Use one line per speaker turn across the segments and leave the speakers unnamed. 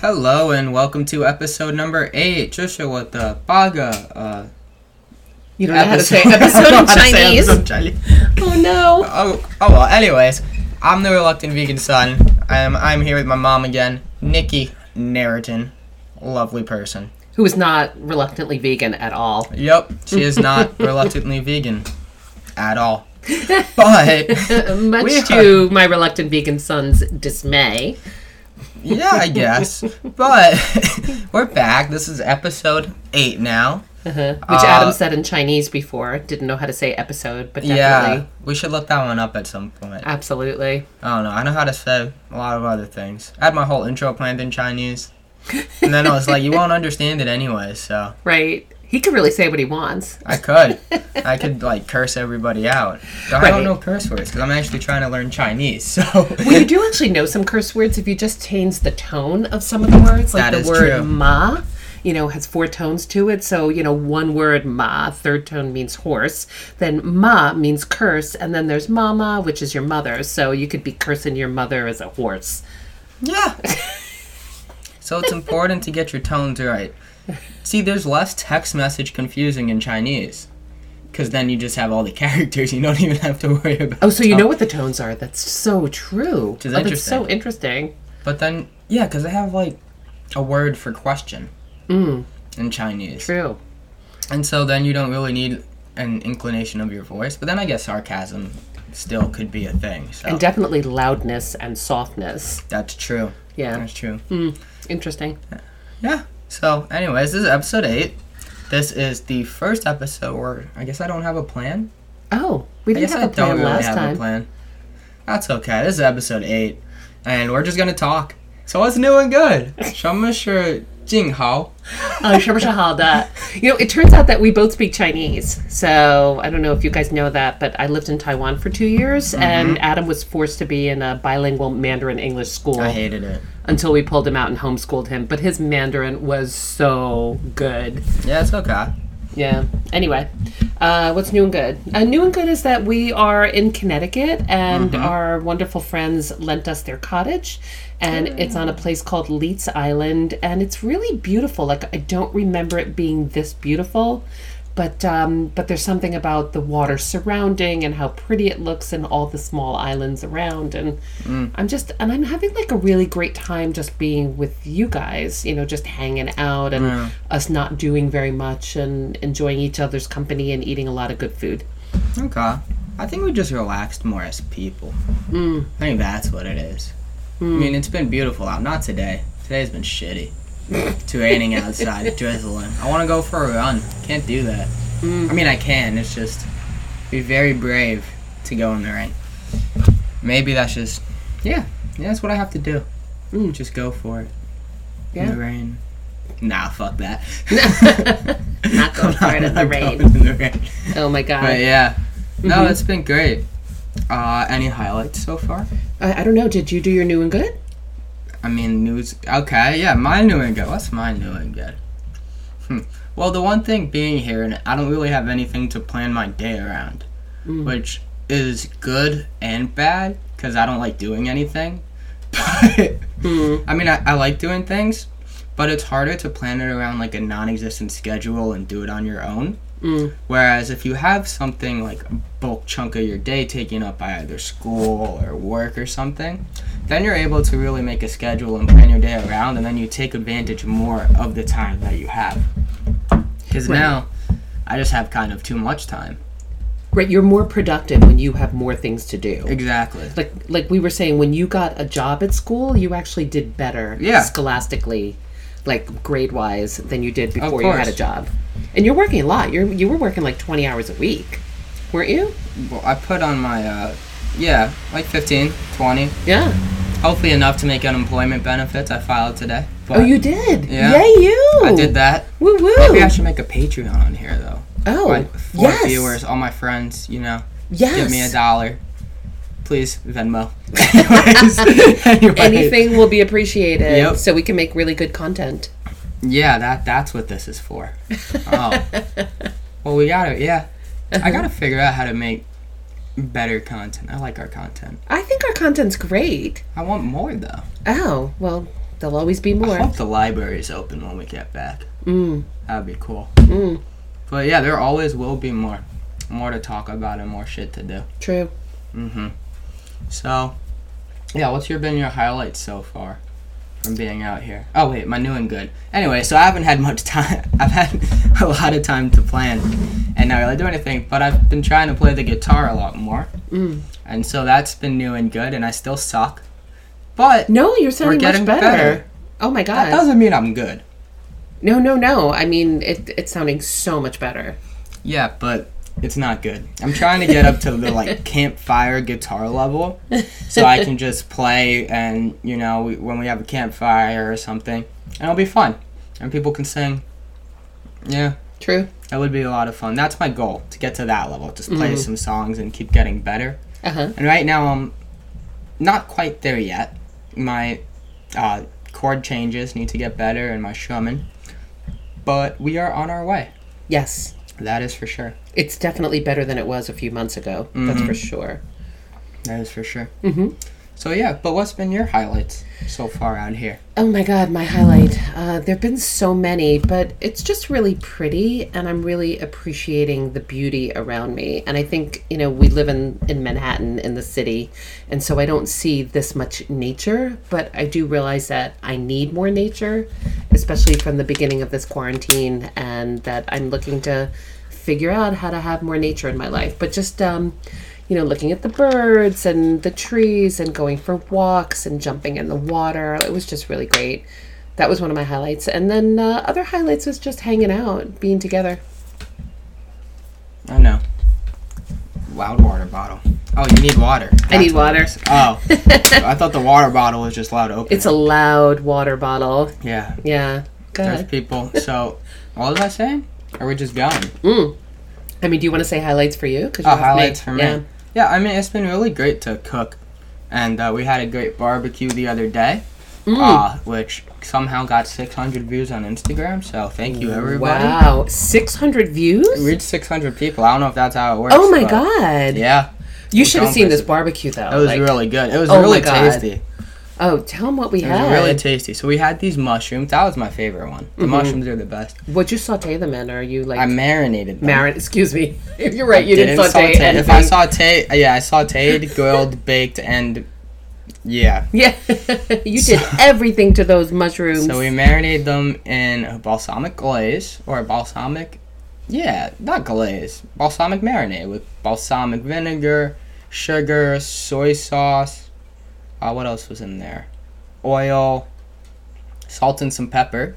Hello and welcome to episode number eight. Trisha, what the baga? Uh,
You don't know how to say episode in Chinese.
episode in Chinese.
Oh no.
Oh, oh well. Anyways, I'm the reluctant vegan son. I'm I'm here with my mom again, Nikki Narraton. Lovely person.
Who is not reluctantly vegan at all.
Yep, she is not reluctantly vegan at all. But
Uh, Much
We
to my reluctant vegan son's dismay.
yeah, I guess. But we're back. This is episode eight now.
Uh-huh. Which
Uh,
Adam said in Chinese before. Didn't know how to say episode, but definitely.
Yeah, we should look that one up at some point.
Absolutely.
I don't know. I know how to say a lot of other things. I had my whole intro planned in Chinese, and then I was like, "You won't understand it anyway." So
Right. He could really say what he wants.
I could, I could like curse everybody out. But I
Right.
don't know curse words because I'm actually trying to learn Chinese. So
Well, you do actually know some curse words if you just change the tone of some of the words. Like
That
the
is
word
true.
ma, you know, has four tones to it. So, you know, one word ma, third tone means horse. Then ma means curse. And then there's mama, which is your mother. So you could be cursing your mother as a horse.
yeah. So it's important to get your tones right. See, there's less text message confusing in Chinese, because then you just have all the characters. You don't even have to worry about.
Oh, so you know what the tones are. That's so true.
is
oh, That's so interesting.
But then, yeah, because they have like a word for question in Chinese.
Mm, True.
And so then you don't really need an inclination of your voice. But then I guess sarcasm still could be a thing. So
And definitely loudness and softness.
that's true.
Yeah. Hmm.
That's true.
Interesting.
Yeah. So, anyways, this is episode eight. This is the first episode where I guess I don't have a plan.
Oh, we
I
didn't
guess
have
I
a plan
don't really
last
have a
time.
plan. That's okay. This is episode eight, and we're just gonna talk. So what's new and good? 什么是进好?
Oh, sure, sure, how that. You know, it turns out that we both speak Chinese. So I don't know if you guys know that, but I lived in Taiwan for two years, and Adam was forced to be in a bilingual Mandarin English school
I hated it.
until we pulled him out and homeschooled him. But his Mandarin was so good.
Yeah, it's okay.
Yeah. Anyway, uh, what's new and good? Uh, new and good is that we are in Connecticut, and our wonderful friends lent us their cottage, and it's on a place called Leitz Island, and it's really beautiful. Like I don't remember it being this beautiful, but um, but there's something about the water surrounding and how pretty it looks, and all the small islands around, and I'm just and I'm having like a really great time just being with you guys, you know, just hanging out and us not doing very much and enjoying each other's company and eating a lot of good food.
Okay. I think we just relaxed more as people. Mm. I think that's what it is.
Mm.
I mean, it's been beautiful out. Not today. Today's been shitty. it's raining outside, drizzling. I want to go for a run. Can't do that.
Mm.
I mean, I can. It's just be very brave to go in the rain. Maybe that's just yeah. Yeah, that's what I have to do. Just go for it. In
Mm. Yeah.
the rain. Nah, fuck that.
Not going for it in the
Not going
rain.
in the rain.
Oh my god.
But yeah, no, it's been great. Uh, any highlights so far?
I, I don't know. Did you do your new and good?
I mean, news. Okay, yeah, my new and good. What's my new and good? Hmm. Well, the one thing being here, and I don't really have anything to plan my day around, which is good and bad because I don't like doing anything. But I mean, I, I like doing things, but it's harder to plan it around like a non-existent schedule and do it on your own. mm. Whereas if you have something like a bulk chunk of your day taken up by either school or work or something, then you're able to really make a schedule and plan your day around, and then you take advantage more of the time that you have. Because
Right.
now, I just have kind of too much time.
Right. You're more productive when you have more things to do.
Exactly.
Like like we were saying, when you got a job at school, you actually did better
Yeah.
scholastically, like grade wise, than you did before you had a
course.
job. And you're working a lot. You're you were working like twenty hours a week, weren't you?
Well, I put on my, uh, yeah, like 15, 20,
Yeah.
hopefully enough to make unemployment benefits. I filed today. But
Oh, you did?
Yeah.
Yay, you!
I did that.
Woo woo!
Maybe I should make a Patreon on here though.
oh,
Like four
yes.
viewers, all my friends, you know.
Yes.
Give me a dollar. Please, Venmo. Anyways, anyways.
Anything will be appreciated,
Yep.
so we can make really good content.
Yeah, that that's what this is for. Oh. well, we got it. Yeah.
Uh-huh.
I gotta figure out how to make better content. I like our content.
I think our content's great.
I want more though.
Oh, well, there'll always be more.
I hope the library is open when we get back.
Mm,
That'd be cool.
mm,
But yeah, there always will be more, more to talk about and more shit to do.
true.
Mhm. So, yeah, what's your been your highlights so far from being out here? Oh wait, my new and good. Anyway, so I haven't had much time. I've had a lot of time to plan and not really do anything. But I've been trying to play the guitar a lot more,
Mm.
and so that's been new and good. And I still suck, but
No, you're
we're
sounding
getting
much better.
better.
Oh my
That
god.
doesn't mean I'm good.
no, no, no. I mean, it, it's sounding so much better.
Yeah, but it's not good. I'm trying to get up to the like campfire guitar level, so I can just play and you know we, when we have a campfire or something, and it'll be fun, and people can sing. Yeah,
True.
that would be a lot of fun. That's my goal to get to that level. Just play some songs and keep getting better.
Uh huh.
And right now I'm not quite there yet. My uh, chord changes need to get better, and my strumming, but we are on our way.
Yes.
That is for sure.
It's definitely better than it was a few months ago. That's
Mm-hmm.
for sure.
That is for sure.
hmm
So yeah, but what's been your highlights so far out here?
Oh my God, my highlight. Uh, there have been so many, but it's just really pretty, and I'm really appreciating the beauty around me. And I think, you know, we live in, in Manhattan, in the city, and so I don't see this much nature, but I do realize that I need more nature, especially from the beginning of this quarantine, and that I'm looking to figure out how to have more nature in my life. But just, um, you know, looking at the birds and the trees and going for walks and jumping in the water. It was just really great. That was one of my highlights. And then uh, other highlights was just hanging out, being together.
I know. Loud water bottle. Oh, you need water.
I need
That's what it
water.
is. Oh, I thought the water bottle was just loud open.
It's a loud water bottle.
yeah.
Yeah.
There's
God.
people. So, what was I saying? Are we just going?
Mm. I mean, do you want to say highlights for you? 'Cause you
Oh,
have me.
highlights for me.
Yeah.
Yeah. I mean, it's been really great to cook, and uh, we had a great barbecue the other day,
Mm.
uh, which somehow got 600 views on Instagram. So thank you everybody.
Wow. 600 views?
We reached 600 people. I don't know if that's how it works.
Oh my
but-
God.
Yeah.
You should have
don't
seen this
visit.
barbecue, though.
It was
Like,
really good. It was
Oh my
really
God.
tasty.
Oh, tell them what we
It was
had.
really tasty. So we had these mushrooms. That was my favorite one. The mushrooms are the best.
Would you saute them in? Or are you Mm-hmm. like.
I marinated them.
Marin, excuse me. You're right. You didn't,
Didn't
saute,
saute. If I
anything.
saute, yeah, I sauteed, grilled, baked, and yeah.
Yeah, you did everything to those mushrooms.
So we marinated them in a balsamic glaze or a balsamic, yeah, not glaze, balsamic marinade with balsamic vinegar, sugar, soy sauce. Uh, what else was in there? Oil, salt, and some pepper.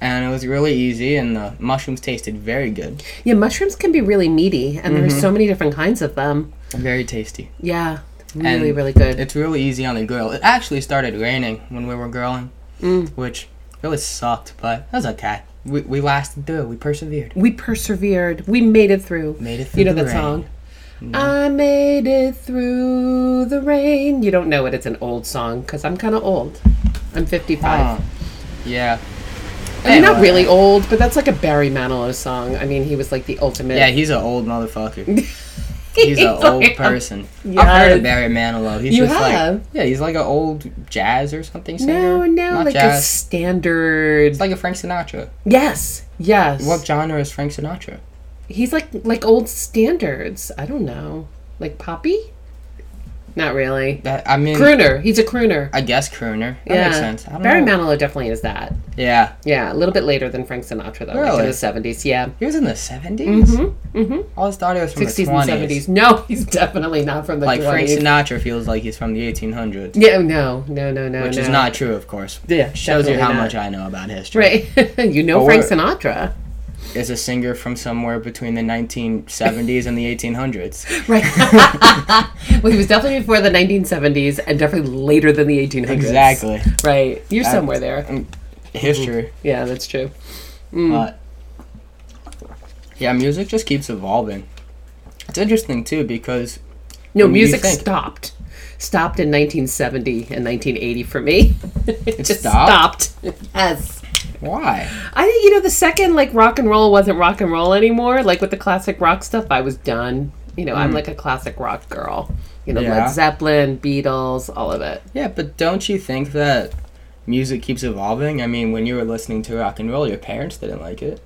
And it was really easy, and the mushrooms tasted very good,
yeah, mushrooms can be really meaty, and
Mm-hmm.
there's so many different kinds of them.
very tasty.
Yeah, really,
And
really good.
It's really easy on the grill. It actually started raining when we were grilling,
Mm.
which really sucked, but that was okay. We, we lasted through it, we persevered.
we persevered. We made it through.
Made it
You know
through the
that
rain. Mm-hmm.
song? I made it through the rain. You don't know it. It's an old song because I'm kind of old. I'm 55.
Huh. Uh, Yeah.
I mean, not
Anyway.
really old, but that's like a Barry Manilow song. I mean, he was like the ultimate.
Yeah, he's an old motherfucker. He's an old
like,
person. I've heard
Yes.
of Barry Manilow. He's
You
just
have?
like yeah, he's like an old jazz or something singer.
No, no,
Not
like a
jazz.
standard.
It's like a Frank Sinatra.
yes, yes.
What genre is Frank Sinatra?
He's like like old standards. I don't know, like poppy. Not really.
That I mean,
Crooner. He's a crooner.
I guess crooner. Mm. That
yeah,
makes sense. I don't
Barry
know.
Manilow definitely is that.
yeah,
Yeah, a little bit later than Frank Sinatra though, like in
Really?
the seventies. Yeah.
he was in the 70s
Mm-hmm. Mm-hmm.
I always thought he was from
Sixties
the
and
twenties.
seventies. No, he's definitely not from the
Like Frank
twenties.
Sinatra feels like he's from the 1800s,
yeah, no, no, no, no,
which
no.
is not true, of course.
Yeah,
Shows you
definitely
how
not.
much I know about history.
Right. you know
But
Frank
we're-
Sinatra.
Is a singer from somewhere between the 1970s and the 1800s.
Right. well, he was definitely before the 1970s and definitely later than the 1800s.
Exactly. um,
Right. You're somewhere there.
history.
Yeah, that's true. Mm-hmm. Mm.
But yeah, music just keeps evolving. It's interesting too because
No,
What do you
music
think?
stopped. Stopped in 1970 and 1980 for me. it just
stopped?
stopped. Yes.
Why?
I think you know the second like rock and roll wasn't rock and roll anymore. Like with the classic rock stuff, I was done. You know, I'm like a classic rock girl. You know,
Mm. Yeah.
Led Zeppelin, Beatles, all of it.
Yeah, but don't you think that music keeps evolving? I mean, when you were listening to rock and roll, your parents didn't like it.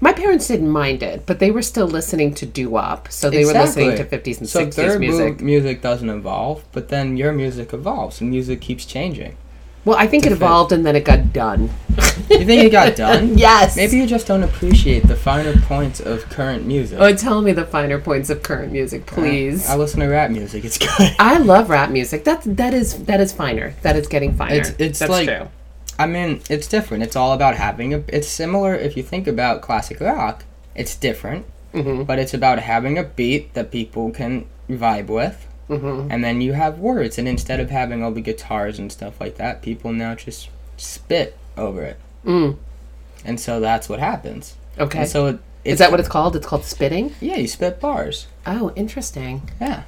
My parents didn't mind it, but they were still listening to doo wop, so they were listening to 50s and
so
60s
their mu-
music.
music doesn't evolve, but then your music evolves, and music keeps changing.
well, I think it
fit.
evolved and then it got done.
You think it got done?
yes.
Maybe you just don't appreciate the finer points of current music.
Oh, tell me the finer points of current music, please.
Uh, I listen to rap music. It's good.
I love rap music. That's that is that is finer. That is getting finer.
It's- it's
That's
like-
true.
I mean, it's different. It's all about having a. It's similar if you think about classic rock. It's different,
Mhm.
but it's about having a beat that people can vibe with,
Mhm.
and then you have words. And instead of having all the guitars and stuff like that, people now just spit over it,
Mm.
and so that's what happens.
Okay.
And so it, it's,
is that what it's called? It's called spitting.
Yeah, you spit bars.
Oh, interesting.
Yeah.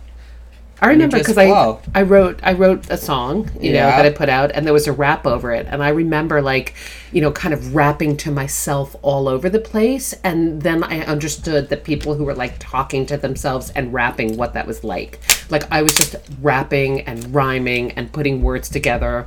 I remember
just
because
flow.
I I wrote I wrote a song you know
Yeah.
that I put out and there was a rap over it and I remember like you know kind of rapping to myself all over the place and then I understood that people who were like talking to themselves and rapping what that was like like I was just rapping and rhyming and putting words together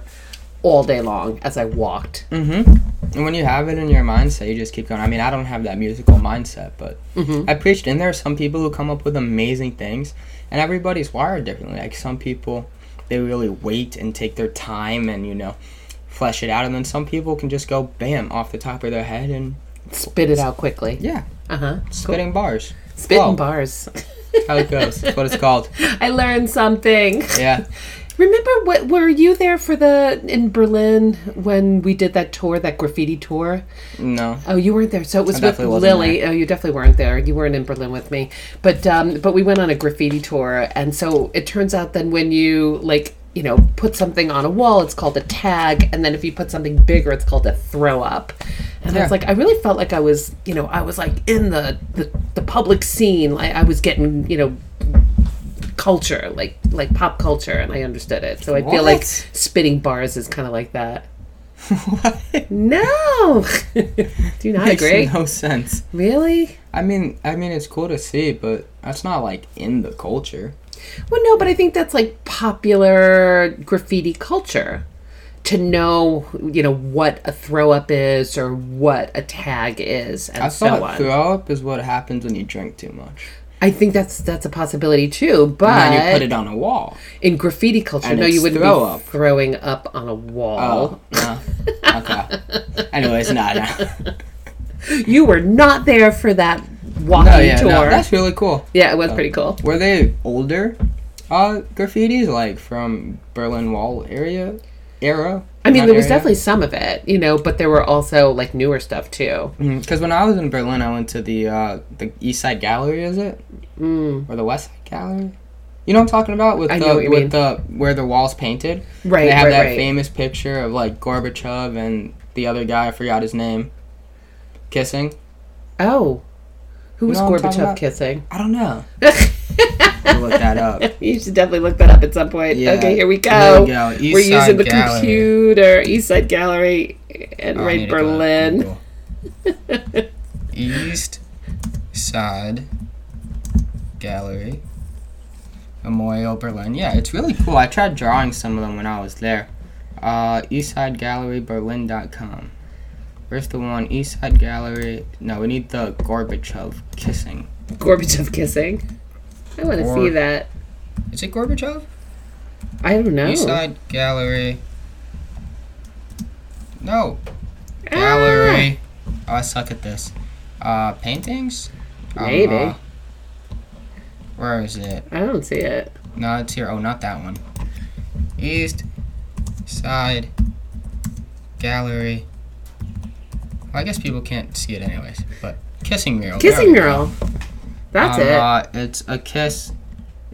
all day long as I walked
Mm. And when you have it in your mindset, you just keep going. I mean, I don't have that musical mindset, but
Mm-hmm.
I preached. And there are some people who come up with amazing things, and everybody's wired differently. Like some people, they really wait and take their time and you know, flesh it out. And then some people can just go bam off the top of their head and
spit it out quickly
yeah,
uh huh
spitting bars.
spitting
Flow.
bars
How it goes. That's what it's called.
I learned something.
Yeah.
Remember what were you there for the in Berlin when we did that tour, that graffiti tour?
No.
Oh, you weren't there. So it was with
definitely wasn't
Lily. Oh, you definitely weren't there. You weren't in Berlin with me. But um but we went on a graffiti tour and so it turns out then when you like you know, put something on a wall, it's called a tag, and then if you put something bigger, it's called a throw up. And I
Yeah.
was like, I really felt like I was, you know, I was like in the the, the public scene. Like I was getting, you know, culture, like like pop culture, and I understood it. So I feel like
What?
spitting bars is kind of like that. No, do not
Makes
agree.
no sense.
Really?
I mean, I mean, it's cool to see, but that's not like in the culture.
Well, no, but I think that's like popular graffiti culture to know, you know, what a throw up is or what a tag is, and
I
so
thought
on.
throw up is what happens when you drink too much.
I think that's that's a possibility too. But
and then you put it on a wall.
in graffiti culture,
And
no, you
it's
wouldn't
throw
be
up.
throwing up on a
Oh,
wall.
no. okay. Anyways, no, no.
You were not there for that walking
Oh, yeah,
tour.
no, that's Oh. really cool.
Yeah, it was pretty cool.
Were they older uh, graffitis, like from Berlin Wall area? Era?
I mean, there was definitely some of it, you know, but there were also like newer stuff too.
Because Mm-hmm. when I was in Berlin, I went to the uh, the East Side Gallery, is it?
Mm.
Or the West Side Gallery? You know what I'm talking about? With
I
the,
know what you
with
mean.
the Where the wall's painted.
Right,
They have
right,
that
right.
famous picture of, like, Gorbachev and the other guy, I forgot his name, kissing.
Oh, who was
know what I'm talking
Gorbachev
about?
kissing?
I don't know. I'll look that up.
You should definitely look that up at some point.
Yeah.
Okay, here we
There
go.
we go. East
We're using
Side
the
Gallery. Oh,
computer, East Side Gallery, and
I
right
need to go to
Berlin.
Google. East Side Gallery. Memorial Berlin. Yeah, it's really cool. I tried drawing some of them when I was there. Uh, EastsideGalleryBerlin.com. Where's the one? East Side Gallery. No, we need the Gorbachev kissing.
Gorbachev kissing. I want to
Or-
see that.
Is it Gorbachev?
I don't know.
East Side Gallery. No,
Ah!
gallery. Oh, I suck at this. Uh, paintings? Um,
Maybe.
uh, where is it?
I don't see it.
No, it's here. Oh, not that one. East Side Gallery. Well, I guess people can't see it anyways. But kissing mural. there
Kissing
we go.
girl. That's
Um,
it.
Uh, it's a kiss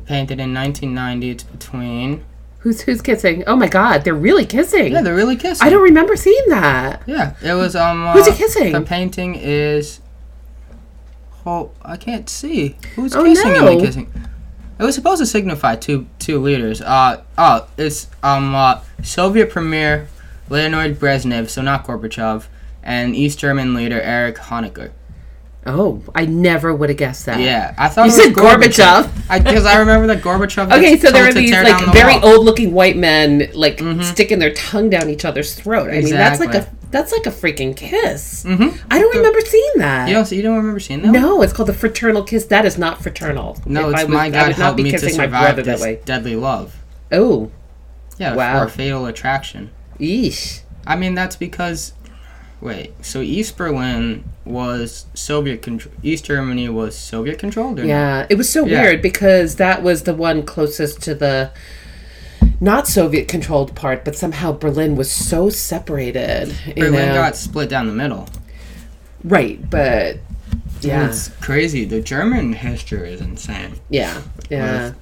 painted in 1990. It's between.
Who's who's kissing? Oh my God, they're really kissing.
Yeah, they're really kissing.
I don't remember seeing that.
Yeah, it was um.
Who's he
uh,
kissing?
The painting is. Oh, I can't see. Who's
Oh,
kissing and
no.
the kissing? It was supposed to signify two two leaders. Uh oh, it's um uh, Soviet Premier Leonid Brezhnev, so not Gorbachev, and East German leader Erich Honecker.
Oh, I never would have guessed that.
Yeah, I thought
You
it was
said Gorbachev.
Because I, remember that Gorbachev.
Okay,
was
so there
told
are
to
these
tear down
like
the
very
wall. Mm-hmm.
old-looking white men like sticking their tongue down each other's throat. I mean, that's like a
Exactly. Mm-hmm.
that's like a freaking kiss. I don't remember seeing that.
You don't, you don't remember seeing that?
No, it's called the fraternal kiss. That is not fraternal.
No,
If
it's
I was-
my
I
God
would
help
not be
me to
kissing my
survive
brother
this
that way.
deadly love.
Oh,
Yeah,
Wow.
for fatal attraction.
yeesh.
I mean, that's because. Wait, so East Berlin was Soviet control. East Germany was Soviet controlled, or not?
Yeah, it was so
Yeah.
weird because that was the one closest to the not Soviet controlled part, but somehow Berlin was so separated. you
Berlin
know?
got split down the middle.
right, but yeah,
It's crazy. The German history is insane.
yeah, yeah.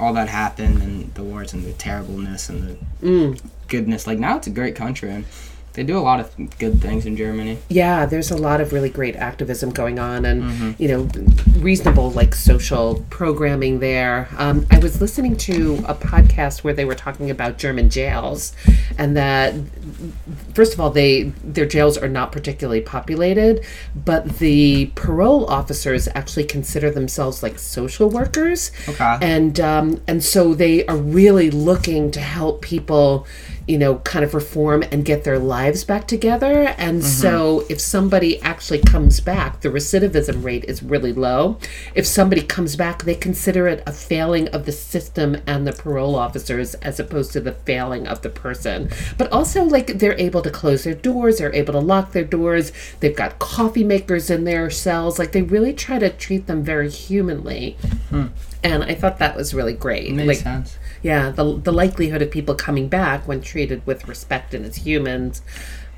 All that happened and the wars and the terribleness and the
Mm.
goodness. Like now, it's a great country. and They do a lot of good things in Germany.
yeah there's a lot of really great activism going on and you know reasonable like social programming there um, i was listening to a podcast where they were talking about german jails and that first of all they their jails are not particularly populated but the parole officers actually consider themselves like social workers
Okay.
and um, and so they are really looking to help people you know kind of reform and get their lives back together and so if somebody actually comes back the recidivism rate is really low if somebody comes back they consider it a failing of the system and the parole officers as opposed to the failing of the person but also like they're able to close their doors they're able to lock their doors they've got coffee makers in their cells like they really try to treat them very humanly and I thought that was really great.
Makes
like,
sense.
yeah, the the likelihood of people coming back when treated with respect and as humans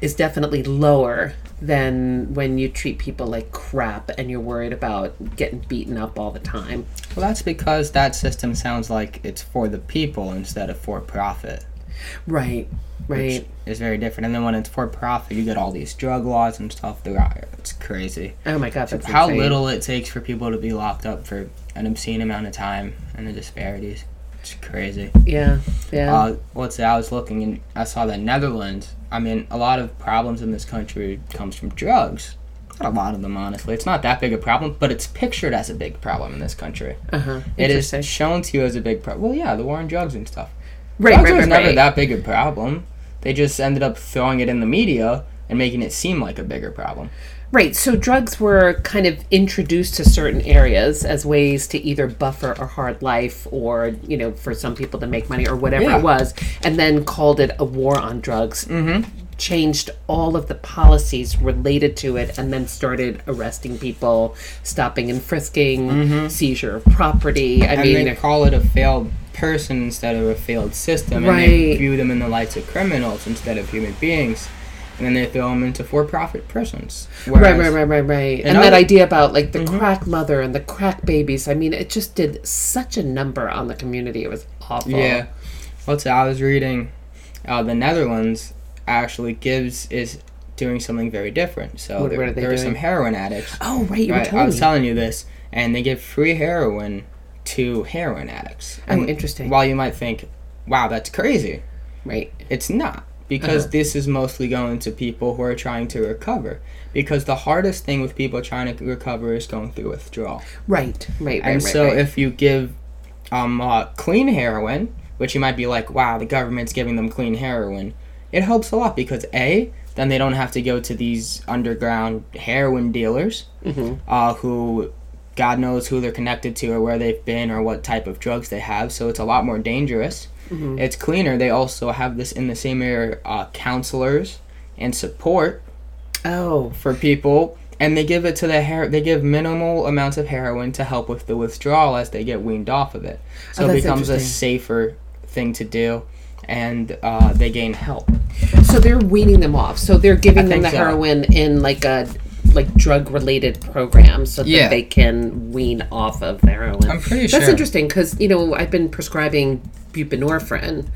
is definitely lower than when you treat people like crap and you're worried about getting beaten up all the time.
Well, that's because that system sounds like it's for the people instead of for profit.
Right. Right.
It's very different. And then when it's for profit, you get all these drug laws and stuff. They're out- It's crazy.
oh my god, that's
How
insane.
little it takes for people to be locked up for an obscene amount of time and the disparities. It's crazy.
Yeah. Yeah.
Uh, let's say I was looking and I saw that Netherlands. I mean, a lot of problems in this country comes from drugs. Not a lot of them, honestly. It's not that big a problem, but it's pictured as a big problem in this country.
uh-huh.
It is
Interesting.
shown to you as a big problem. Well, yeah, the war on drugs and stuff.
right,
Drugs
right,
was
right,
never
right.
that big a problem. They just ended up throwing it in the media and making it seem like a bigger problem.
Right. So drugs were kind of introduced to certain areas as ways to either buffer a hard life or, you know, for some people to make money or whatever
Yeah.
it was, and then called it a war on drugs. Mm-hmm. Changed all of the policies related to it and then started arresting people, stopping and frisking, seizure of property. I
Mm-hmm. And
mean,
they call it a failed person instead of a failed system. And they
Right.
view them in the lights of criminals instead of human beings. And then they throw them into for-profit prisons.
Right,
Whereas-
right, right, right, right. And,
And
that
other- Mm-hmm.
idea about like the crack mother and the crack babies. I mean, it just did such a number on the community. It was awful.
Yeah. Let's say I was reading uh, the Netherlands actually gives is doing something very different. So
What-
there,
what are they
there were
doing?
some heroin addicts.
Oh right, you were
Right, I
telling
was
me.
telling you this, and they give free heroin to heroin addicts.
Oh,
And
interesting.
While you might think, wow, that's crazy,
right.
it's not. Because
Uh-huh.
this is mostly going to people who are trying to recover. Because the hardest thing with people trying to recover is going through withdrawal.
Right. Right. Right.
And
right,
so
right.
if you give um, uh, clean heroin, which you might be like, wow, the government's giving them clean heroin, it helps a lot because A, then they don't have to go to these underground heroin dealers uh, who God knows who they're connected to or where they've been or what type of drugs they have. So it's a lot more dangerous. It's cleaner. They also have this in the same area uh, counselors and support
oh
for people and they give it to the hair they give minimal amounts of heroin to help with the withdrawal as they get weaned off of it so it
Oh, that's
becomes a
interesting.
safer thing to do and uh, they gain help
so they're weaning them off. So they're giving them
think
the
so.
heroin in like a like drug related programs so
Yeah.
that they can wean off of the heroin.
I'm pretty
That's
sure.
interesting because you know I've been prescribing buprenorphine,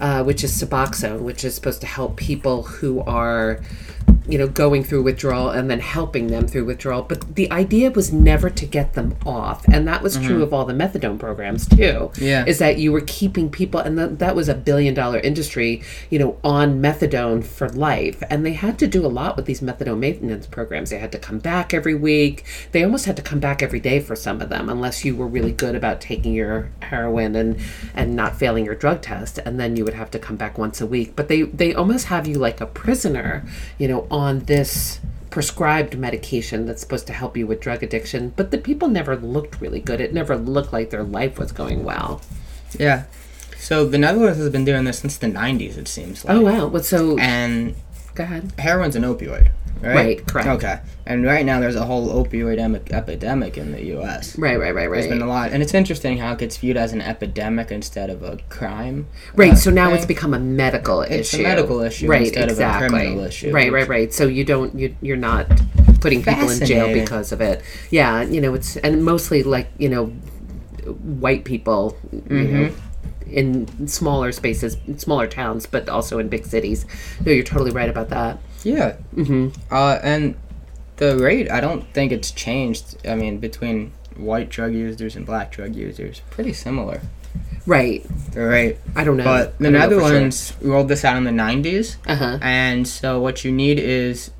uh, which is Suboxone, which is supposed to help people who are you know, going through withdrawal and then helping them through withdrawal. But the idea was never to get them off. And that was true of all the methadone programs, too.
Mm-hmm. Yeah.
Is that you were keeping people, and that, that was a billion dollar industry, you know, on methadone for life. And they had to do a lot with these methadone maintenance programs. They had to come back every week. They almost had to come back every day for some of them, unless you were really good about taking your heroin and, and not failing your drug test. And then you would have to come back once a week. But they, they almost have you like a prisoner, you know, on this prescribed medication that's supposed to help you with drug addiction. But the people never looked really good. It never looked like their life was going well.
Yeah. So the Netherlands has been doing this since the 90s, it seems like.
Oh, wow. What, so,
And
go ahead.
heroin's an opioid, right?
Right, correct.
Okay. And right now there's a whole opioid emi- epidemic in the U.S.
Right, right, right,
There's been
right.
a lot, and it's interesting how it gets viewed as an epidemic instead of a crime. uh,
Right, so now
thing.
it's become a medical
It's a
issue.
medical issue
right?
instead of a
exactly.
criminal issue, which-
Right, right, right. So you don't you you're not putting people in jail
Fascinating.
because of it. Yeah, you know it's and mostly like you know white people, you know,
Mm-hmm.
in smaller spaces, smaller towns, but also in big cities. No, you're totally right about that.
Yeah. Mm-hmm. Uh, and the rate, I don't think it's changed. I mean, between white drug users and black drug users, pretty similar.
Right.
The rate.
I don't know.
But the
I don't know for sure.
Netherlands rolled this out in the 90s.
Uh-huh.
And so what you need is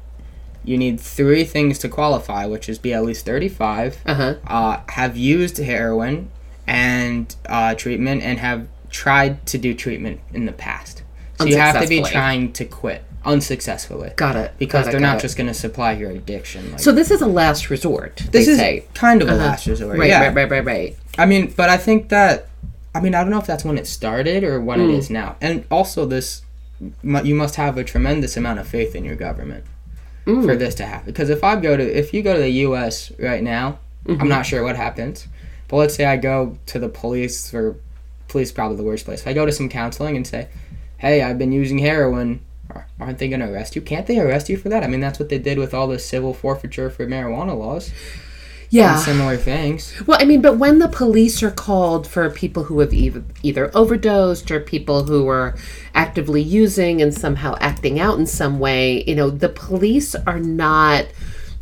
you need three things to qualify, which is be at least 35,
Uh-huh.
uh, have used heroin and uh, treatment, and have tried to do treatment in the past. So you have to be
Unsuccessfully.
trying to quit unsuccessfully.
Got it.
Because
Got it,
they're
got
not
it.
just going to supply your addiction. Like,
So this is a last resort.
this
they
is
say.
kind of a
Uh-huh.
last resort.
Right,
yeah.
right, right, right, right.
I mean, but I think that I mean I don't know if that's when it started or when it is now. And also, this mu- you must have a tremendous amount of faith in your government for this to happen. Because if I go to if you go to the U.S. right now, I'm not sure what happens. But let's say I go to the police or police is probably the worst place. If I go to some counseling and say, "Hey, I've been using heroin." ar- Aren't they going to arrest you? Can't they arrest you for that? I mean, that's what they did with all the civil forfeiture for marijuana laws
Yeah.
and similar things.
Well, I mean, but when the police are called for people who have either, either overdosed or people who are actively using and somehow acting out in some way, you know, the police are not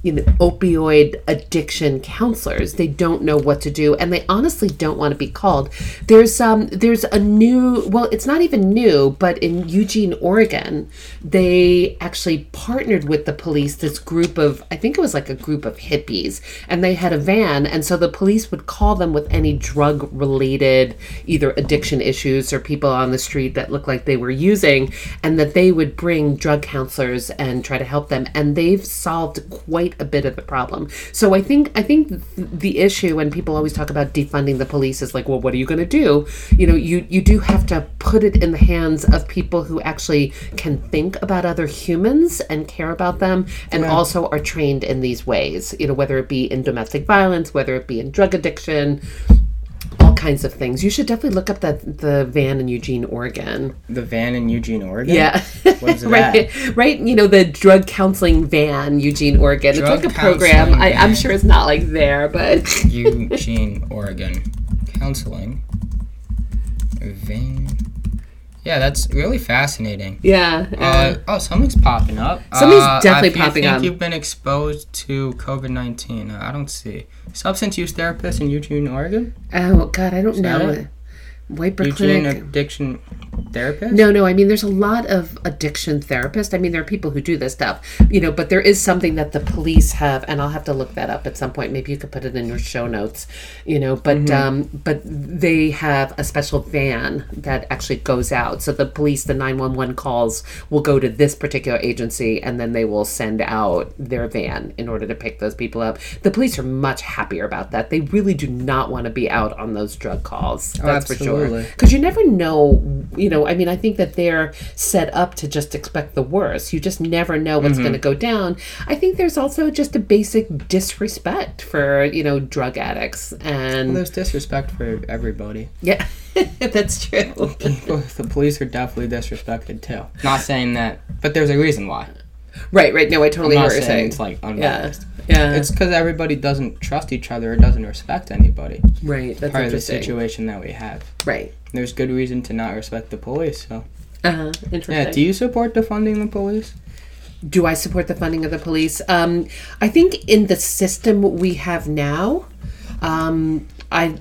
you know opioid addiction counselors they don't know what to do and they honestly don't want to be called there's um there's a new well it's not even new but in Eugene Oregon they actually partnered with the police this group of I think it was like a group of hippies and they had a van and so the police would call them with any drug related either addiction issues or people on the street that looked like they were using and that they would bring drug counselors and try to help them and they've solved quite a bit of the problem so i think i think th- the issue when people always talk about defunding the police is like well what are you going to do you know you you do have to put it in the hands of people who actually can think about other humans and care about them and also are trained in these ways you know whether it be in domestic violence whether it be in drug addiction all kinds of things. You should definitely look up that the van in Eugene, Oregon.
The van in Eugene, Oregon.
Yeah.
What's
right. Right, you know, the drug counseling van, Eugene, Oregon.
Drug
it's like a program.
counseling
I, I'm
van.
sure it's not like there, but
Eugene, Oregon. Counseling. Vein. Yeah, that's really fascinating.
yeah.
Uh, oh, something's popping up.
Something's
Uh,
definitely
if you
popping
think
up.
You've been exposed to COVID nineteen. Uh, I don't see substance use therapist in Eugene, Oregon.
oh God, I don't know.
it?
Wiper
Eugene
clinic.
addiction therapist.
No, no. I mean, there's a lot of addiction therapists. I mean, there are people who do this stuff, you know, but there is something that the police have, and I'll have to look that up at some point. Maybe you could put it in your show notes, you know, but, um, but they have a special van that actually goes out. So the police, the 911 calls will go to this particular agency and then they will send out their van in order to pick those people up. The police are much happier about that. They really do not want to be out on those drug calls. That's for
absolutely.
sure because you never know you know i mean i think that they're set up to just expect the worst you just never know what's
Mm-hmm.
going to go down i think there's also just a basic disrespect for you know drug addicts and
There's disrespect for everybody.
yeah that's true
People, the police are definitely disrespected too. Not saying that, but there's a reason why.
right right no i totally
I'm
hear
not
what you're
saying,
saying
it's like
yeah
unbiased.
yeah
It's because everybody doesn't trust each other or doesn't respect anybody.
right that's
Part of the
interesting
situation that we have.
right
There's good reason to not respect the police. So,
uh-huh
yeah.
interesting
Do you support defunding the police?
Do I support the funding of the police? Um, I think in the system we have now, um, I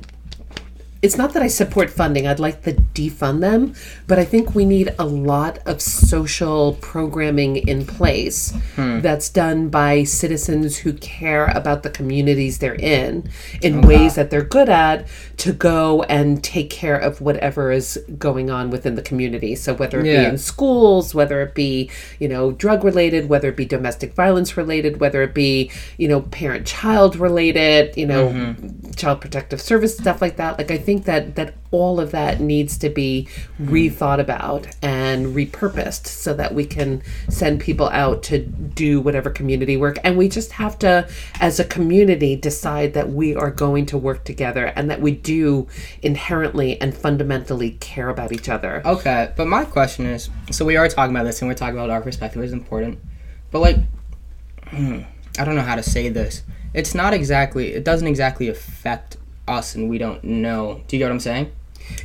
it's not that I support funding. I'd like to defund them, but I think we need a lot of social programming in place that's done by citizens who care about the communities they're in in ways that they're good at to go and take care of whatever is going on within the community. So whether it be
Yeah.
in schools, whether it be, you know, drug related, whether it be domestic violence related, whether it be, you know, parent child related, you know, child protective service stuff like that. Like I think that that all of that needs to be rethought about and repurposed so that we can send people out to do whatever community work and we just have to as a community decide that we are going to work together and that we do inherently and fundamentally care about each other.
Okay, but my question is so we are talking about this and we're talking about our perspective is important, but like, hmm, I don't know how to say this. It's not exactly, it doesn't exactly affect us and we don't know. Do you get what I'm saying?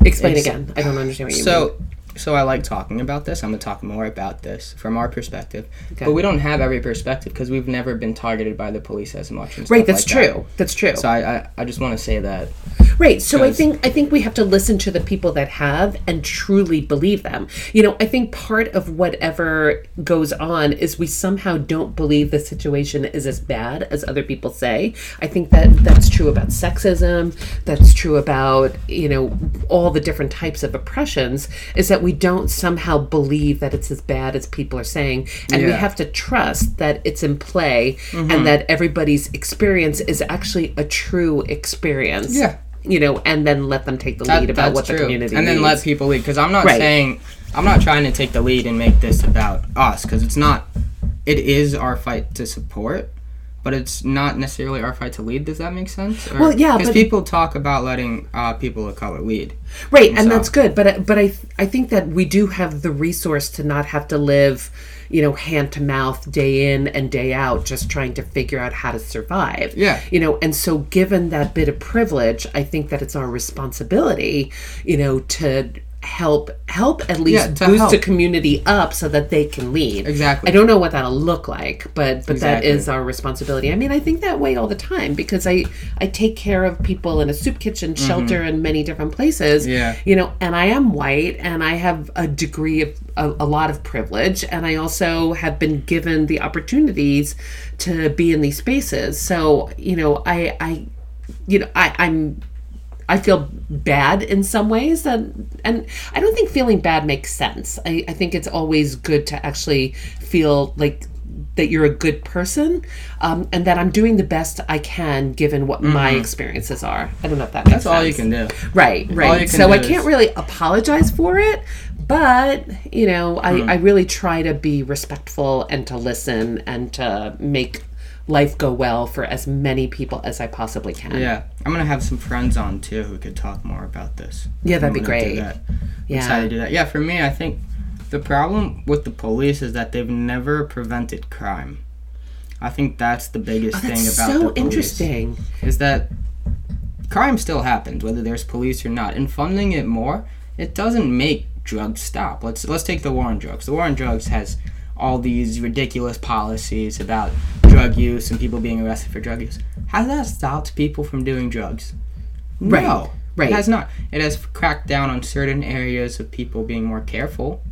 Explain
It's-
again. I don't understand what you mean.
So, so I like talking about this. I'm gonna talk more about this from our perspective, but we don't have every perspective because we've never been targeted by the police as much. And
Right,
stuff
that's
like that.
true. That's true.
So I, I, I just want to say that.
Right. So I
Because-
think I think we have to listen to the people that have and truly believe them. You know, I think part of whatever goes on is we somehow don't believe the situation is as bad as other people say. I think that that's true about sexism, that's true about, you know, all the different types of oppressions is that we don't somehow believe that it's as bad as people are saying and we
Yeah.
have to trust that it's in play and that everybody's experience is actually a true experience
Yeah.
you know, and then let them take the
That-
lead
that's
about what the
true.
community
and then let
needs.
people lead because i'm not
Right.
saying i'm not trying to take the lead and make this about us because it's not it is our fight to support but it's not necessarily our fight to lead does that make sense Or-
Well, yeah,
because
but-
people talk about letting uh, people of color lead
right, and that's good. But I- but I I think that we do have the resource to not have to live, you know, hand to mouth day in and day out, just trying to figure out how to survive.
Yeah.
you know, and so given that bit of privilege, I think that it's our responsibility, you know, to help help at least
Yeah, to
boost
help.
a community up so that they can lead
Exactly.
i don't know what that'll look like but but
Exactly.
that is our responsibility i mean i think that way all the time because i i take care of people in a soup kitchen shelter in many different places
Yeah.
you know and i am white and i have a degree of a, a lot of privilege and i also have been given the opportunities to be in these spaces so you know i i you know i i'm I feel bad in some ways, and and I don't think feeling bad makes sense. I, I think it's always good to actually feel like that you're a good person, um, and that I'm doing the best I can given what my experiences are. I don't know if that makes
Mm-hmm. that's all you
sense.
can do
Right,
All
right.
you can
so
do
I
is-
can't really apologize for it, but you know, I,
Mm-hmm.
I really try to be respectful and to listen and to make life go well for as many people as I possibly can.
yeah i'm gonna have some friends on too who could talk more about this
Yeah, that'd
I'm
be
gonna do
great.
that.
Yeah.
Excited to do that yeah for me i think the problem with the police is that they've never prevented crime i think that's the biggest thing
Oh, That's
about
so
the police.
interesting.
is that crime still happens whether there's police or not and funding it more it doesn't make drugs stop let's let's take the war on drugs the war on drugs has all these ridiculous policies about drug use and people being arrested for drug use has that stopped people from doing drugs
Right,
no
right.
it has not it has cracked down on certain areas of people being more careful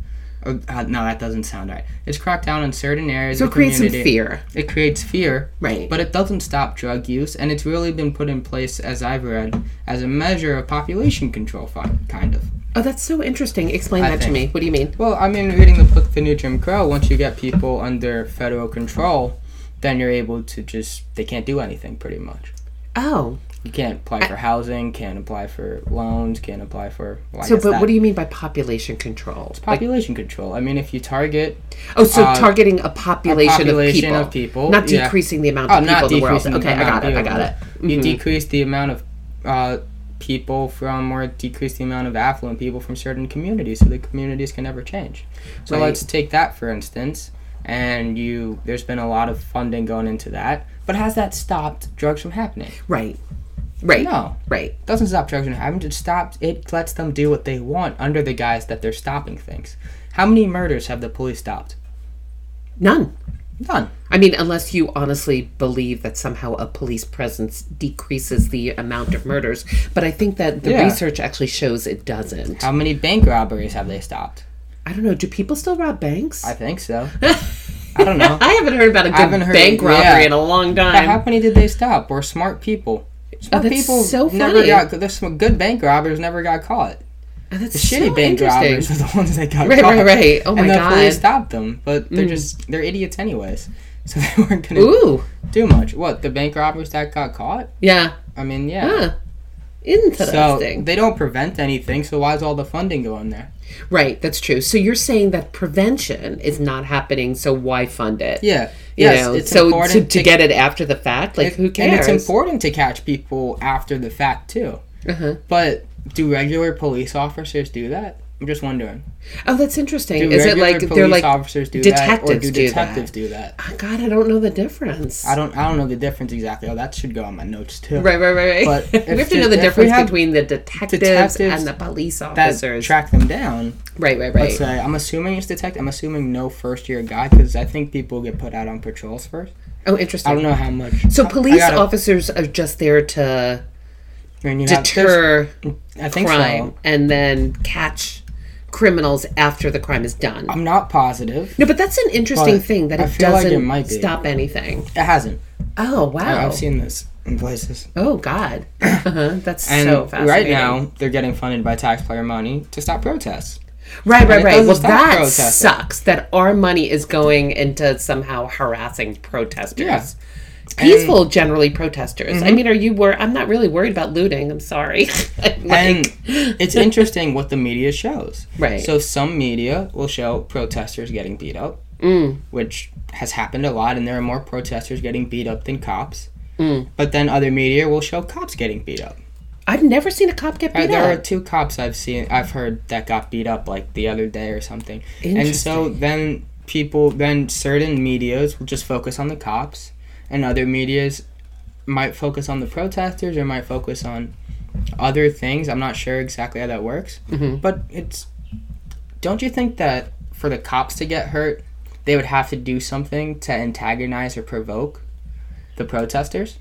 Uh, uh, no that doesn't sound right it's cracked down on certain areas
So
of
it creates some
community
fear.
it creates fear
Right.
but it doesn't stop drug use and it's really been put in place as i've read as a measure of population control fi- kind of
Oh, that's so interesting. Explain that to
think.
me. What do you mean?
well i mean reading the book the new jim crow once you get people under federal control then you're able to just they can't do anything pretty much
Oh,
you can't apply for housing can't apply for loans can't apply for well, I
so
guess
but
that-
what do you mean by population control?
population control i mean if you target
Oh, so
uh,
targeting a population,
population
of, people,
of people,
not
yeah.
decreasing the amount
Oh,
of people
not
in the world.
decreasing the
Okay, I
amount of
got it. I
people.
got it.
you decrease the amount of uh, people from or decrease the amount of affluent people from certain communities so the communities can never change so
Right.
let's take that for instance and you there's been a lot of funding going into that but has that stopped drugs from happening
Right, right,
no
right.
it doesn't stop drugs from happening it stops it lets them do what they want under the guise that they're stopping things how many murders have the police stopped
None.
None.
I mean, unless you honestly believe that somehow a police presence decreases the amount of murders. But I think that the
Yeah.
research actually shows it doesn't.
How many bank robberies have they stopped?
I don't know. Do people still rob banks?
I think so. I don't know.
I haven't heard about a good
haven't heard-
bank robbery
yeah.
in a long
But
time. Oh,
how many did they stop? We're smart people. Smart
that's
people
so
never
funny.
got. There's some good bank robbers never got caught.
And Oh, that's
The shitty
so
bank
interesting.
robbers are the ones that got
Right,
caught.
right, right. Oh my
and the police
god. Mm.
stopped them, but they're just they're idiots anyways. So they weren't gonna
Ooh,
do much. What the bank robbers that got caught?
yeah.
I mean, yeah.
Huh.
so
Interesting.
they don't prevent anything. So why is all the funding going there?
right, that's true. So you're saying that prevention is not happening, so why fund it?
Yeah.
You
yes.
know,
it's
so to,
important
to get it after the fact, like who
And
cares?
it's important to catch people after the fact too.
Uh-huh.
But do regular police officers do that? I'm just wondering.
Oh, that's interesting.
Do
Is it
regular
like they're like?
officers do that, or
detectives
do
do
detectives do that?
Oh, God, I don't know the difference.
I don't. I don't know the difference exactly. Oh, that should go on my notes too.
Right, right, right. right.
But if
we have to
the-
know the
if we
difference
have
between the detectives,
detectives
and the police
That
officers.
track them down.
right, right,
Let's
right.
say I'm assuming it's detective. I'm assuming no first year guy because I think people get put out on patrols first.
Oh,
I don't
interesting.
know how much.
So
I- I
police
gotta-
officers are just there to
I mean, you have- there's-
deter
I think
crime
so.
and then catch criminals after the crime is done.
I'm not positive.
no, but that's an interesting
Um, But
thing that
I
it
feel like it
doesn't
might be.
stop anything.
It hasn't.
Oh wow!
I've seen this in places.
oh god, uh-huh. that's
And
so fascinating.
right now, they're getting funded by taxpayer money to stop protests.
Right, right,
it
right.
doesn't
Well,
stop
that
protesting.
sucks that our money is going into somehow harassing protesters.
Yeah. Mm-hmm.
Peaceful, generally, protesters. I mean, are you wor I'm not really worried about looting. I'm sorry. like,
and it's interesting what the media shows.
Right.
So some media will show protesters getting beat up,
Mm.
which has happened a lot, and there are more protesters getting beat up than cops.
Mm.
But then other media will show cops getting beat up.
I've never seen a cop get
Uh,
beat
There are
up.
two cops I've seen, I've heard that got beat up like the other day or something. And so then people, then certain medias will just focus on the cops, and other medias might focus on the protesters or might focus on other things. I'm not sure exactly how that works,
Mm-hmm.
but it's. Don't you think that for the cops to get hurt, they would have to do something to antagonize or provoke the protesters?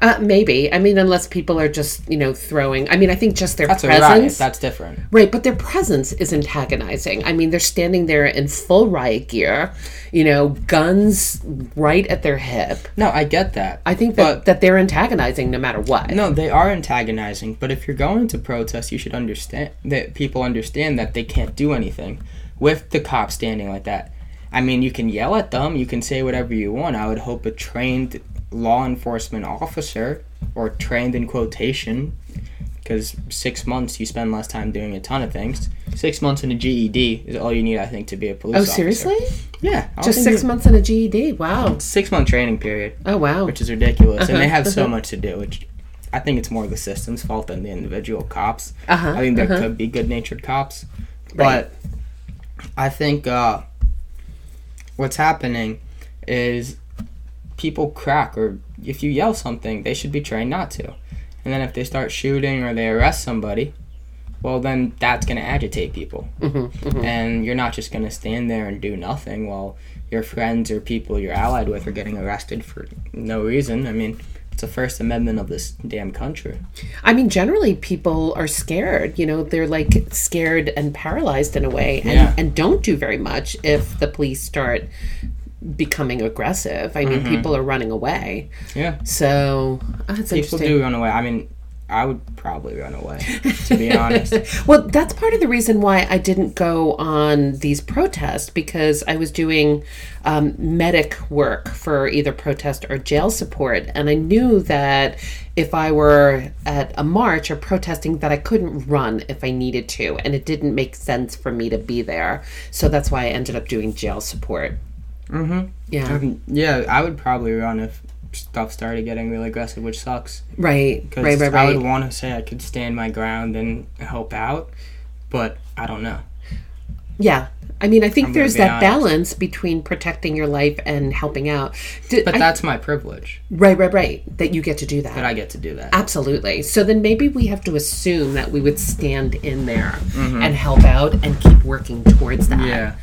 Uh, maybe. I mean, unless people are just, you know, throwing. I mean, I think just their
That's a riot.
presence.
That's different.
Right, but their presence is antagonizing. I mean, they're standing there in full riot gear, you know, guns right at their hip.
No, I get that.
I think that, that they're antagonizing no matter what.
No, they are antagonizing, but if you're going to protest, you should understand that people understand that they can't do anything with the cops standing like that. I mean, you can yell at them, you can say whatever you want. I would hope a trained law enforcement officer, or trained in quotation, because six months you spend less time doing a ton of things. Six months in a GED is all you need, I think, to be a police
oh,
officer.
seriously?
Yeah. I don't
Just
think
six
you-
months in a GED. Wow.
Six month training period
Oh, wow.
which is ridiculous. And they have so much to do, which I think it's more the system's fault than the individual cops.
Uh-huh,
I think there could be good natured cops.
Right.
But I think uh, what's happening is people crack, or if you yell something, they should be trained not to. And then if they start shooting or they arrest somebody, well, then that's going to agitate people.
Mm-hmm.
And you're not just going to stand there and do nothing while your friends or people you're allied with are getting arrested for no reason. I mean, it's the First Amendment of this damn country.
I mean, generally, people are scared. You know, they're like scared and paralyzed in a way and,
Yeah.
and don't do very much if the police start becoming aggressive. I mean,
Mm-hmm.
people are running away.
Yeah.
So, oh, that's
People
interesting.
do run away. I mean, I would probably run away, to be honest.
Well, that's part of the reason why I didn't go on these protests because I was doing um, medic work for either protest or jail support, and I knew that if I were at a march or protesting, that I couldn't run if I needed to, and it didn't make sense for me to be there. So that's why I ended up doing jail support. Mm-hmm. Yeah.
Um, yeah, I would probably run if stuff started getting really aggressive, which sucks.
Right. Right.
Because
Right.
I
Right.
would want to say I could stand my ground and help out, but I don't know.
Yeah. I mean, I think
gonna
there's
be
that
honest.
balance between protecting your life and helping out. Did-
But
I-
that's my privilege
Right, right, right. That you get to do that.
that I get to do that.
Absolutely. So then maybe we have to assume that we would stand in there and help out and keep working towards that.
Mm-hmm. Yeah.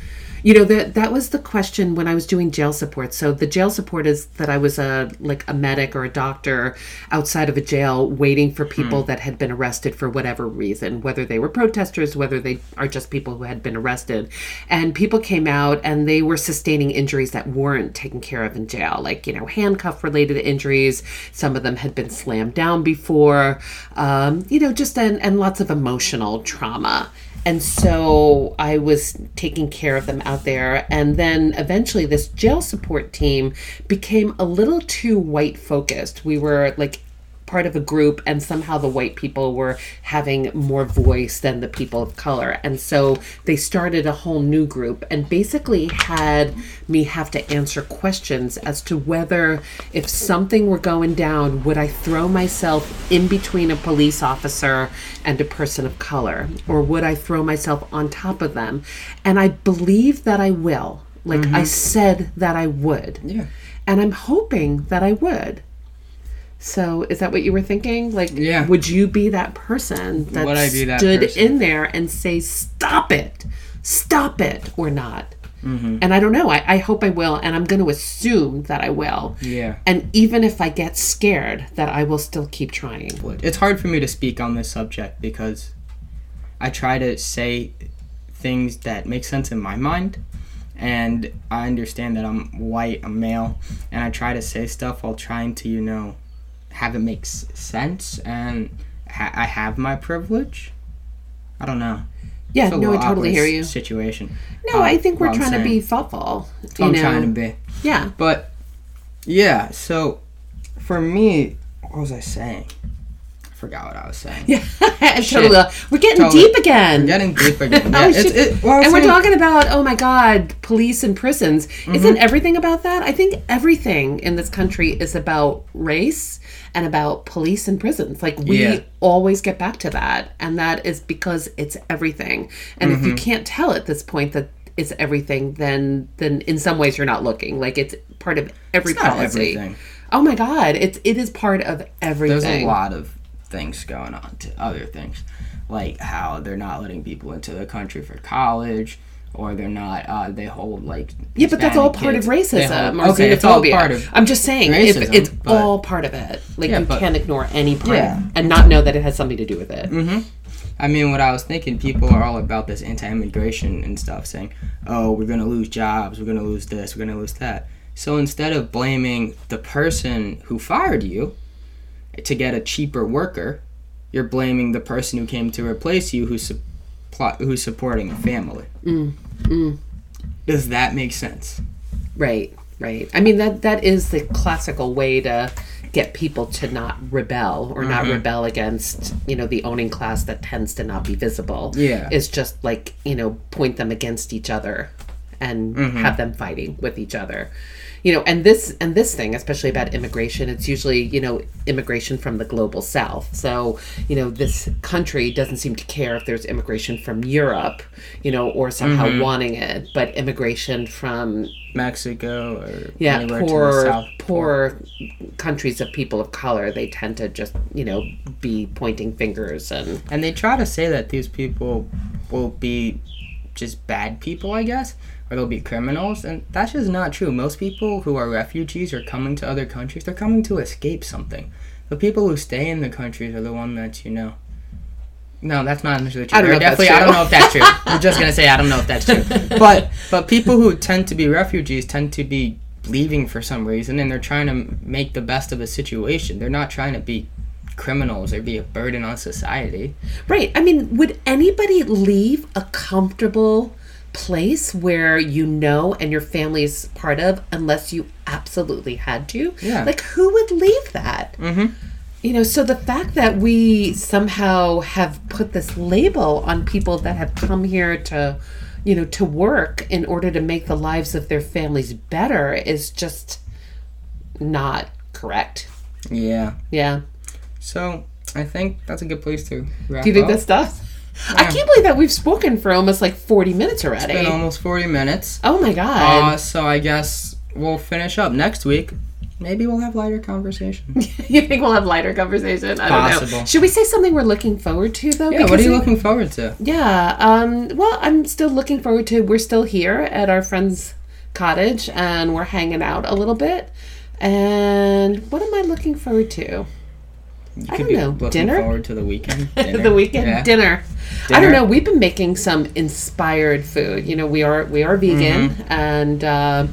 You know that that was the question when I was doing jail support. So the jail support is that I was a like a medic or a doctor outside of a jail waiting for people that had been arrested for whatever reason, whether they were protesters, whether they are just people who had been arrested. And people came out and they were sustaining injuries that weren't taken care of in jail, like you know handcuff related injuries. Some of them had been slammed down before, um, you know, just and and lots of emotional trauma. And so I was taking care of them out there. And then eventually, this jail support team became a little too white focused. We were like part of a group, and somehow the white people were having more voice than the people of color. And so they started a whole new group and basically had me have to answer questions as to whether, if something were going down, would I throw myself in between a police officer and a person of color? Or would I throw myself on top of them? And I believe that I will. Like I said that I would.
Mm-hmm. Yeah.
And I'm hoping that I would. So is that what you were thinking? Like,
Yeah.
would you be that person that
Would I be that
stood
person?
in there and say, "Stop it, stop it," or not?
Mm-hmm.
And I don't know. I, I hope I will, and I'm going to assume that I will.
Yeah.
And even if I get scared, that I will still keep trying.
would. It's hard for me to speak on this subject because I try to say things that make sense in my mind, and I understand that I'm white, I'm male, and I try to say stuff while trying to, you know, have it make s- sense, and ha- I have my privilege. I don't know.
Yeah,
It's a
no, I
little
totally
awkward
hear you.
s- Situation.
No,
Uh,
I think
what
we're
I'm
trying to
saying.
be thoughtful. You
Oh, I'm
know,
trying to be.
yeah.
But yeah, so for me, what was I saying? I forgot what I was saying.
Yeah, totally. We're getting
Totally.
deep again.
We're getting deep again.
Oh,
Yeah, it's,
shit.
it, well, I was
and we're
saying-
talking about oh my god, police and prisons.
Mm-hmm.
Isn't everything about that? I think everything in this country is about race and about police and prisons. Like we
Yeah.
always get back to that, and that is because it's everything. And
Mm-hmm.
if you can't tell at this point that it's everything, then then in some ways you're not looking. Like it's part of every
It's not
policy.
everything.
Oh my god, it's it is part of everything.
There's a lot of things going on to other things, like how they're not letting people into the country for college, or they're not. Uh, they hold like
Yeah, but that's all part
Hispanic
of
kids. They
racism
hold-
or
okay,
xenophobia.
it's all part of.
I'm just saying, if
racism,
it's
but-
all part of it. Like
Yeah,
you
but-
can't ignore any part
Yeah.
and not know that it has something to do with it.
I mean, what I was thinking, people are all about this anti-immigration and stuff, saying, "Oh, we're gonna lose jobs. We're gonna lose this. We're gonna lose that." So instead of blaming the person who fired you to get a cheaper worker, you're blaming the person who came to replace you, who's suppl- who's supporting a family.
Mm,
Does that make sense?
Right, right. I mean that that is the classical way to get people to not rebel or not rebel against, you know, the owning class that tends to not be visible.
Yeah.
Is just like, you know, point them against each other and have them fighting with each other. You know, and this and this thing, especially about immigration, it's usually, you know, immigration from the global south. So, you know, this country doesn't seem to care if there's immigration from Europe, you know, or somehow wanting it, but immigration from
Mexico or
yeah,
anywhere to the
poor
south.
poor countries of people of color, they tend to just you know be pointing fingers and
And they try to say that these people will be just bad people, I guess, or they'll be criminals, and that's just not true. Most people who are refugees or coming to other countries, they're coming to escape something. The people who stay in the countries are the one that you know. No, that's not necessarily true.
I don't know
Or
if that's
definitely, I don't
true.
know if that's true. I'm just gonna say I don't know if that's true. But but people who tend to be refugees tend to be leaving for some reason, and they're trying to make the best of a situation. They're not trying to be criminals or be a burden on society.
right. I mean, would anybody leave a comfortable place where you know and your family is part of unless you absolutely had to?
Yeah.
Like, who would leave that? Mm-hmm. You know, so the fact that we somehow have put this label on people that have come here to, you know, to work in order to make the lives of their families better is just not correct.
Yeah.
Yeah.
So I think that's a good place to wrap.
Do you think
up.
that's stuff? I can't believe that we've spoken for almost like 40 minutes already.
been almost forty minutes?
oh my God.
Uh, so I guess we'll finish up next week. Maybe we'll have lighter conversation.
you think we'll have lighter conversation? I don't know.
Possible.
Should we say something we're looking forward to though?
yeah, what are
Because
you
we-
looking forward to?
Yeah. Um, well, I'm still looking forward to. We're still here at our friend's cottage, and we're hanging out a little bit. And what am I looking forward to?
You
don't know.
looking
Dinner?
forward to the weekend.
the weekend
Yeah.
dinner. I don't
Dinner.
know. We've been making some inspired food. You know, we are we are vegan,
Mm-hmm.
and uh,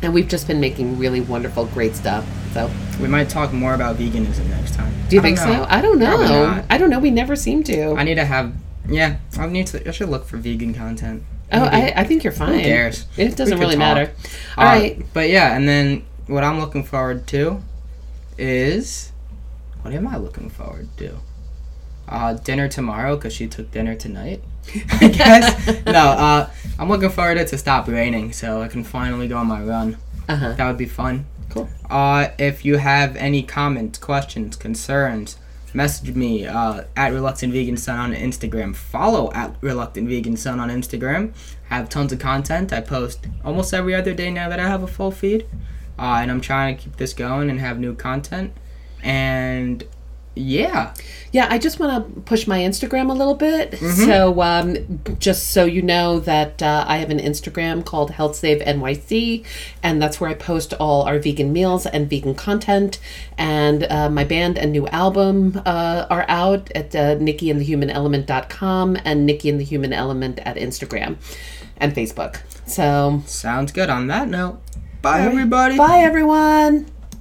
and we've just been making really wonderful, great stuff. So,
We might talk more about veganism next time.
do you
I don't
think
know.
so? I don't
Probably
know.
not.
I don't know. We never seem to.
I need to have. Yeah, I need to. I should look for vegan content.
oh,
Maybe.
I, I think you're fine.
cares?
It doesn't
could
really
talk.
matter.
Uh,
All right.
But yeah, and then what I'm looking forward to is what am I looking forward to? Uh, dinner tomorrow because she took dinner tonight. I guess no. Uh, I'm looking forward to it to stop raining so I can finally go on my run.
Uh huh.
That would be fun.
Cool.
Uh, if you have any comments, questions, concerns, message me uh, at Reluctant Vegan Son on Instagram. Follow at Reluctant Vegan Son on Instagram. I have tons of content. I post almost every other day now that I have a full feed. Uh, and I'm trying to keep this going and have new content. And yeah,
Yeah, I just want to push my Instagram a little bit. So, um, just so you know that uh, I have an Instagram called Health Save NYC, and that's where I post all our vegan meals and vegan content. And uh, my band and new album uh, are out at uh, NikkiandTheHumanElement.com and Nikki and the Human Element at Instagram and Facebook. So,
sounds good. On that note, bye everybody.
bye everyone.